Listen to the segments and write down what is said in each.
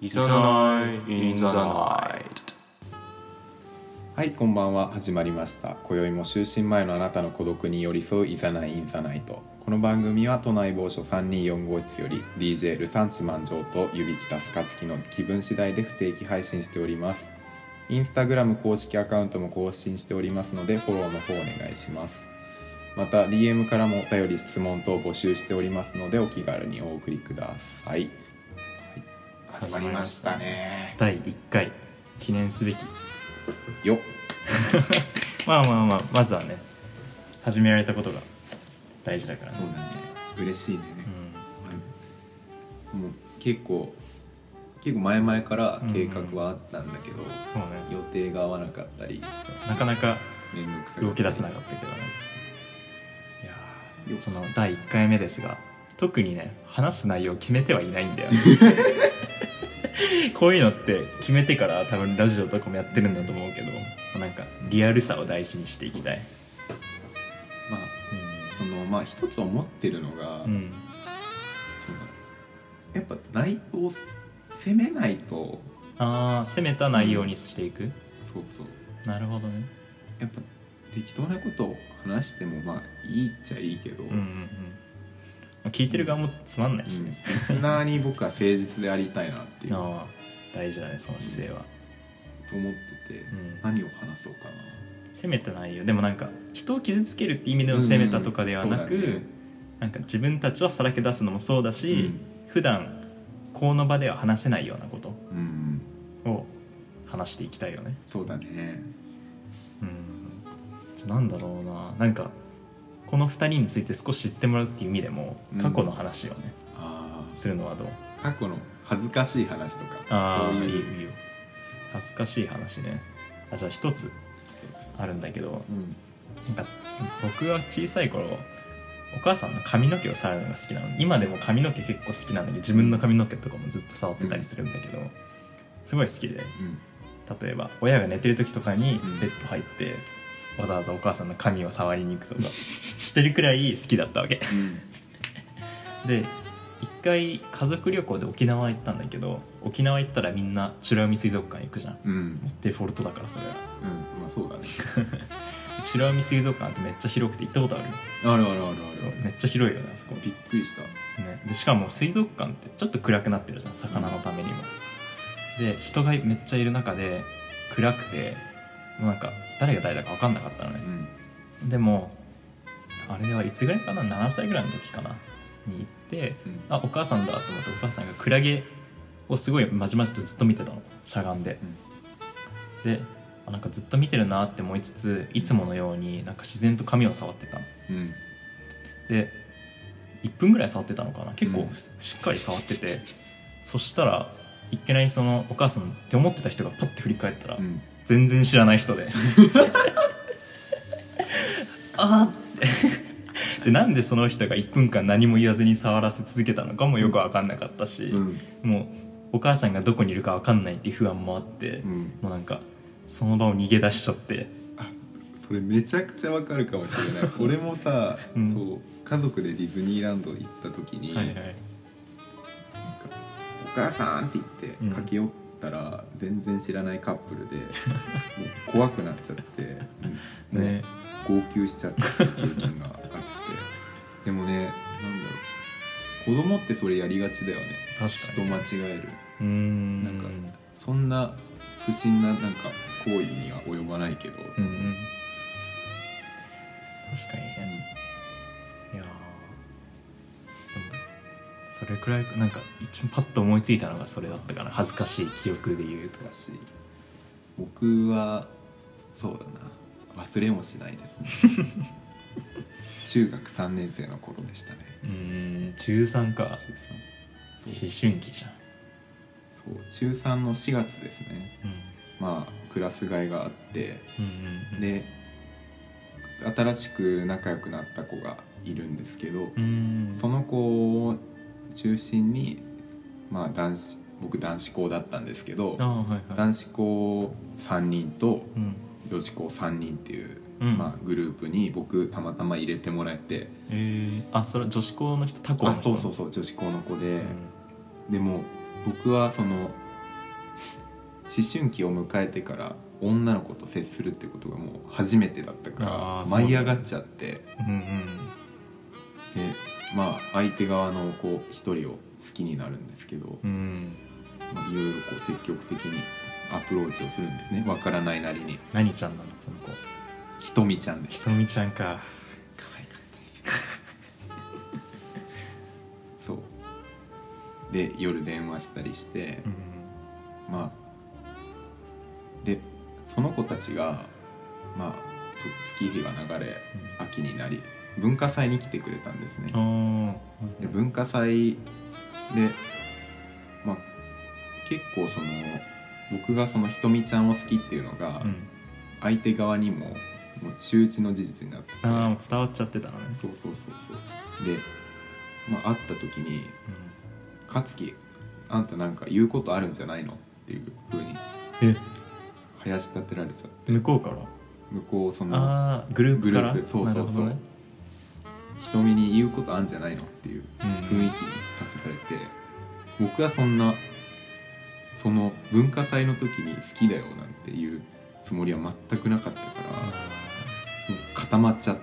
いざない、in the night。はいこんばんは始まりました今宵も就寝前のあなたの孤独に寄り添ういざないインザナイトこの番組は都内某所324号室より DJ ルサンチマンジョーと指北スカツキの気分次第で不定期配信しておりますインスタグラム公式アカウントも更新しておりますのでフォローの方お願いしますまた DM からもお便り質問等募集しておりますのでお気軽にお送りください、はい、始まりましたね第1回記念すべきよっまあまあまあまずはね始められたことが大事だからそねうだね嬉しいね、もう結構結構前々から計画はあったんだけど、うんそうね予定が合わなかったりなかなか面倒くさ動き出せすなかったけどねいやよーその第1回目ですが特にね話す内容を決めてはいないんだ よこういうのって決めてから多分ラジオとかもやってるんだと思うけどなんかリアルさを大事にしていきたいまあそのまあ一つ思ってるのが、うん、うん、そのやっぱ内容を攻めないとああ攻めた内容にしていく、そうそうなるほどねやっぱ適当なことを話してもまあいいっちゃいいけど、うんうんうんまあ聞いてる側もつまんないしうんリね、スナーに僕は誠実でありたいなっていう思ああ大事だねその姿勢は、ってて、うん何を話そうかな責めてないよでもなんか人を傷つけるって意味での責めたとかではなく、うんうんそうだねなんか自分たちをさらけ出すのもそうだし、うん普段この場では話せないようなことうんを話していきたいよねそうだねうんじゃあなんだろうななんかこの2人について少し知ってもらうっていう意味でもうん過去の話をね、あするのはどうあ過去の恥ずかしい話とかああそういいいうよいいよ恥ずかしい話ねあじゃあ一つあるんだけどうんなんか僕は小さい頃お母さんの髪の毛を触るのが好きなの今でも髪の毛結構好きなんだけど自分の髪の毛とかもずっと触ってたりするんだけど、すごい好きでうん例えば親が寝てる時とかにうんベッド入って、わざわざお母さんの髪を触りに行くとかしてるくらい好きだったわけで一回家族旅行で沖縄行ったんだけど沖縄行ったらみんな美ら海水族館行くじゃんうんうんデフォルトだからそれはまあそうだね美ら海水族館ってめっちゃ広くて行ったことあるあるあるあるあそうるめっちゃ広いよねあそこ、びっくりしたね、でしかも水族館ってちょっと暗くなってるじゃん魚のためにも、で人がめっちゃいる中で暗くてもうなんか誰が誰だか分かんなかったのねうんでもあれはいつぐらいかな7歳ぐらいの時かなに行ってうんあお母さんだと思ってお母さんがクラゲをすごいまじまじとずっと見てたのしゃがんで、であなんかずっと見てるなって思いつついつものようになんか自然と髪を触ってたのうんで1分ぐらい触ってたのかな結う構んしっかり触ってて、そしたらいきなりそのお母さんって思ってた人がパッて振り返ったら、うん全然知らない人で あーってでなんでその人が1分間何も言わずに触らせ続けたのかもよく分かんなかったし、うんもうお母さんがどこにいるか分かんないっていう不安もあって、うんもうなんかその場を逃げ出しちゃってそれめちゃくちゃわかるかもしれ ない俺もさうんそう家族でディズニーランド行った時にはいはいなんかお母さんって言ってうん駆け寄ったら全然知らないカッ プルでもう怖くなっちゃってうんもうね号泣しちゃったっていう経験があってでもねなんだろう子供ってそれやりがちだよね確か人に間違えるうーんなんかそんな不審ななんか行為には及ばないけど、うんうん確かにねいやーでもそれくらいなんか一番パッと思いついたのがそれだったかな恥ずかしい記憶で言うとだし僕はそうだな忘れもしないですね中学3年生の頃でしたねうーん中3か思中3春期じゃん、そうそう中3の4月ですねまあクラス替えがあってうん、うんうんうんで新しく仲良くなった子がいるんですけど、うーんその子を中心に、まあ、男子僕男子校だったんですけどああはいはい男子校3人とうん女子校3人っていう、うんまあ、グループに僕たまたま入れてもらえてえー、あそれは女子校の人他校のあ人そうそううそう女子校の子うでん、、でも僕はその思春期を迎えてから女の子と接するってことがもう初めてだったかあらー舞い上がっちゃってでうんうんまあ相手側のこう一人を好きになるんですけど、うんまあ、いろいろこう積極的にアプローチをするんですねわからないなりに何ちゃんなのその子ひとみちゃんでしひたとみちゃんか可愛かったですそうで夜電話したりして、うんまあでその子たちがまあと月日が流れ秋になり文化祭に来てくれたんですねうんあで文化祭でまあ結構その僕がそのひとみちゃんを好きっていうのあ、がうん、相手側にももう周知の事実になっててあーもう伝わっちゃってたのね、そうそうそうそうで、まあ、会った時に「勝樹あんたなんか言うことあるんじゃないの?」っていう風にうん、林立てられちゃっえて向こうから向こうそのああグループからグループそうそうそうなる瞳に言うことあんじゃないのっていうほどね、雰囲気にさせられて僕はそんなその文化祭の時に好きだよなんていうつもりは全くなかったからもう固まっちゃって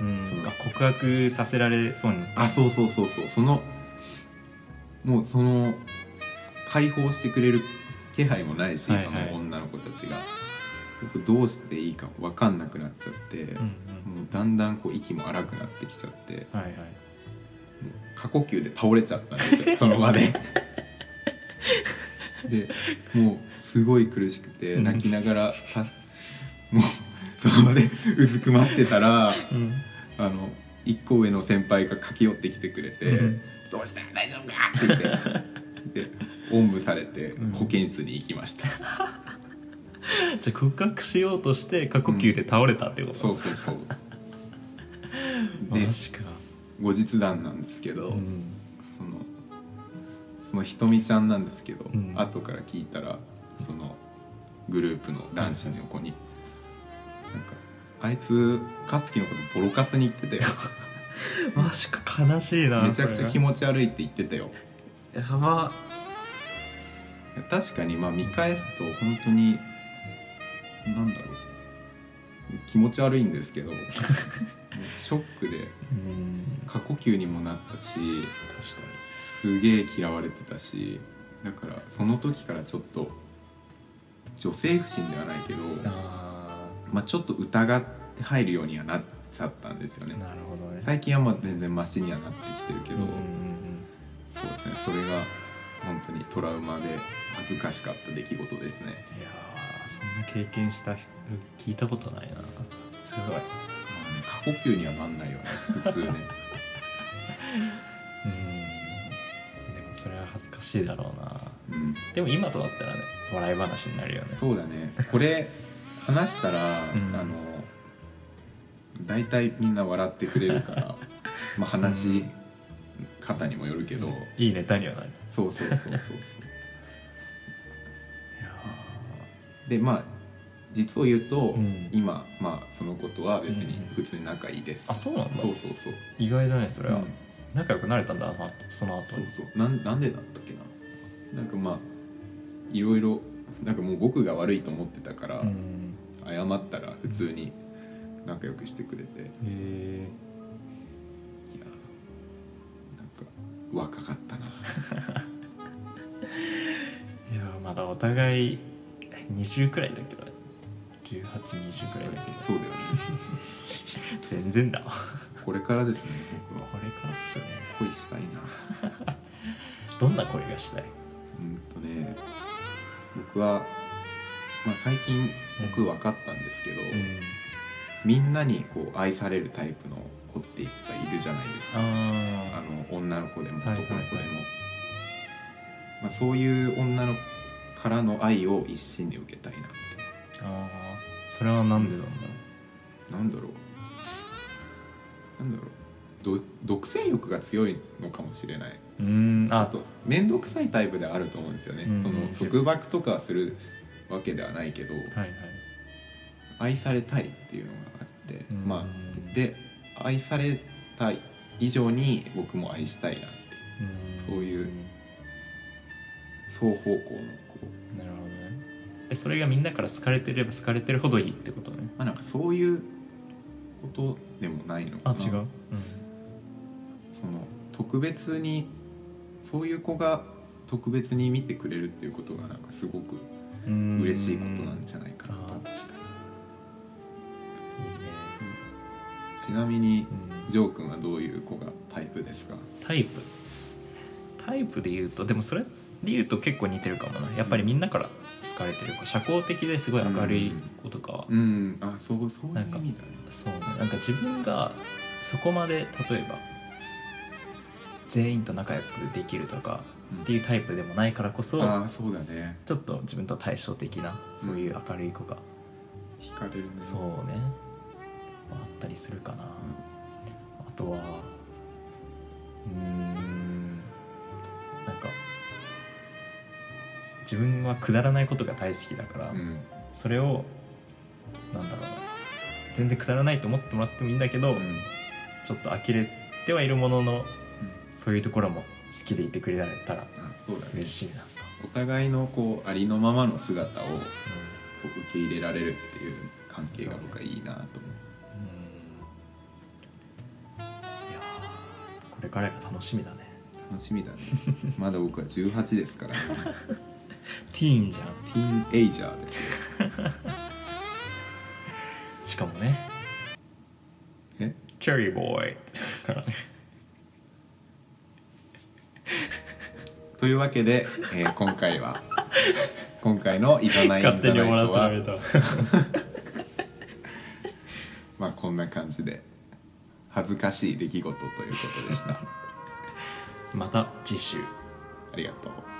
うん、そううん、あ告白させられそうにあそうそうそうそうそのもうその解放してくれる気配もないし、はいはいその女の子たちが僕どうしていいか分かんなくなっちゃって、うんうんもうだんだんこう息も荒くなってきちゃってはいはいもう過呼吸で倒れちゃったんで すよその場で。でもうすごい苦しくてうん泣きながらたもうその場でうずくまってたらうんあの一個上の先輩が駆け寄ってきてくれてうん「どうした大丈夫か?」って言ってでおんぶされてうん保健室に行きました、じゃあ告白しようとして過呼吸で倒れたってこと、そうそ うそうでマジか、後日談なんですけど、うん、そのそのひとみちゃんなんですけど、うん後から聞いたらそのグループの男子の横に、なんか「あいつ勝樹のことボロカスに 言ってたよマジか悲しいなめちゃくちゃ持気持ち悪いって言ってたよやば」確かにまあ見返すと本当になんだろう気持ち悪いんです けどもうショックでうん過呼吸にもなったし確かすげえ嫌われてたしだからその時からちょっと女性不信ではないけど、にあまあ、ちょっと疑って入るようにはなっちゃったんですよあねなるほどね最近はまあ全然マシにはなってきてるけど、うんうんうんそうですねそれが本当にトラウマで恥ずかしかった出来事ですね、いやーそんな経験した人聞いたことないなすごいまあね、過呼吸にはなんないよね 普通ねうんでもそれは恥ずかしいだろうなうんでも今とだったらね笑い話になるよねそうだねこれ話したら、うんあの大体みんな笑ってくれるから まあ話し方にもよるけど、いいネタにはなるそうそうそうそうそういやでまあ実を言うと、ん今まあそのことは別に普通に仲いいです、あそうなんだそうそうそう意外だねそれは、うん仲良くなれたんだなその後そうにそうなんなんでだったっけななんかまあいろいろなんかもう僕が悪いと思ってたから、うん謝ったら普通に仲良くしてくれて、へえいやなんか若かったないやまだお互い20くらいだけど1820くらいだけどそうだよね全然だわこれからですね僕はこれからっすね恋したいなどんな恋がしたいうんとね僕は、まあ、最近僕分かったんですけど、うんみんなにこう愛されるタイプの子っていっぱいいるじゃないですかああの女の子でもはい男の子でも、はいはいまあ、そういう女の子からの愛を一身に受けたいなってーあーそれはなんでなんだろなんだろうなんだろうど独占欲が強いのかもしれないううーんああと面倒くさいタイプではあると思うんですよね、うんその束縛とかするわけではないけど、はいはい愛されたいっていうのがあって、うんまあで愛されたい以上に僕も愛したいなってうんそういう双方向のこなるほどねうでそれがみんなから好かれてれば好かれてるほどいいってことねまあなんかそういうことでもないのかあな違う、うん、その特別にそういう子が特別に見てくれるっていうことがなんかすごくうーん嬉しいことなんじゃないかなあー確かにいいね、ちなみにうんジョー君はどういう子がタイプですかタイプタイプで言うとでもそれで言うと結構似てるかもなやっぱりみんなから好かれてるか社交的ですごい明るい子とかは、うんあそうそういう意なん味かだねそうねなんか自分がそこまで例えば全員と仲良くできるとかっていうタイプでもないからこそ、ああそうだねちょっと自分と対照的なそういう明るい子が、惹かれるねそうねあったりするかな、あとはうーんなんか自分はくだらないことが大好きだから、うんそれをなんだろうな全然くだらないと思ってもらってもいいんだけど、うんちょっと呆れてはいるもののそういうところも好きでいてくれたらあそうだね嬉しいなと、お互いのこうありのままの姿をこうう受け入れられるっていう関係が僕はいいなと思んいやーこれからが楽しみだねう楽しみだねまだ僕は18ですから、ね、ティーンじゃんティーンエイジャーですよしかもねえチェリーボーイからねというわけで、えー今回は今回の「いざないんだない勝手とに終わらされはた」まあこんな感じで恥ずかしい出来事ということでしたまた次週ありがとう。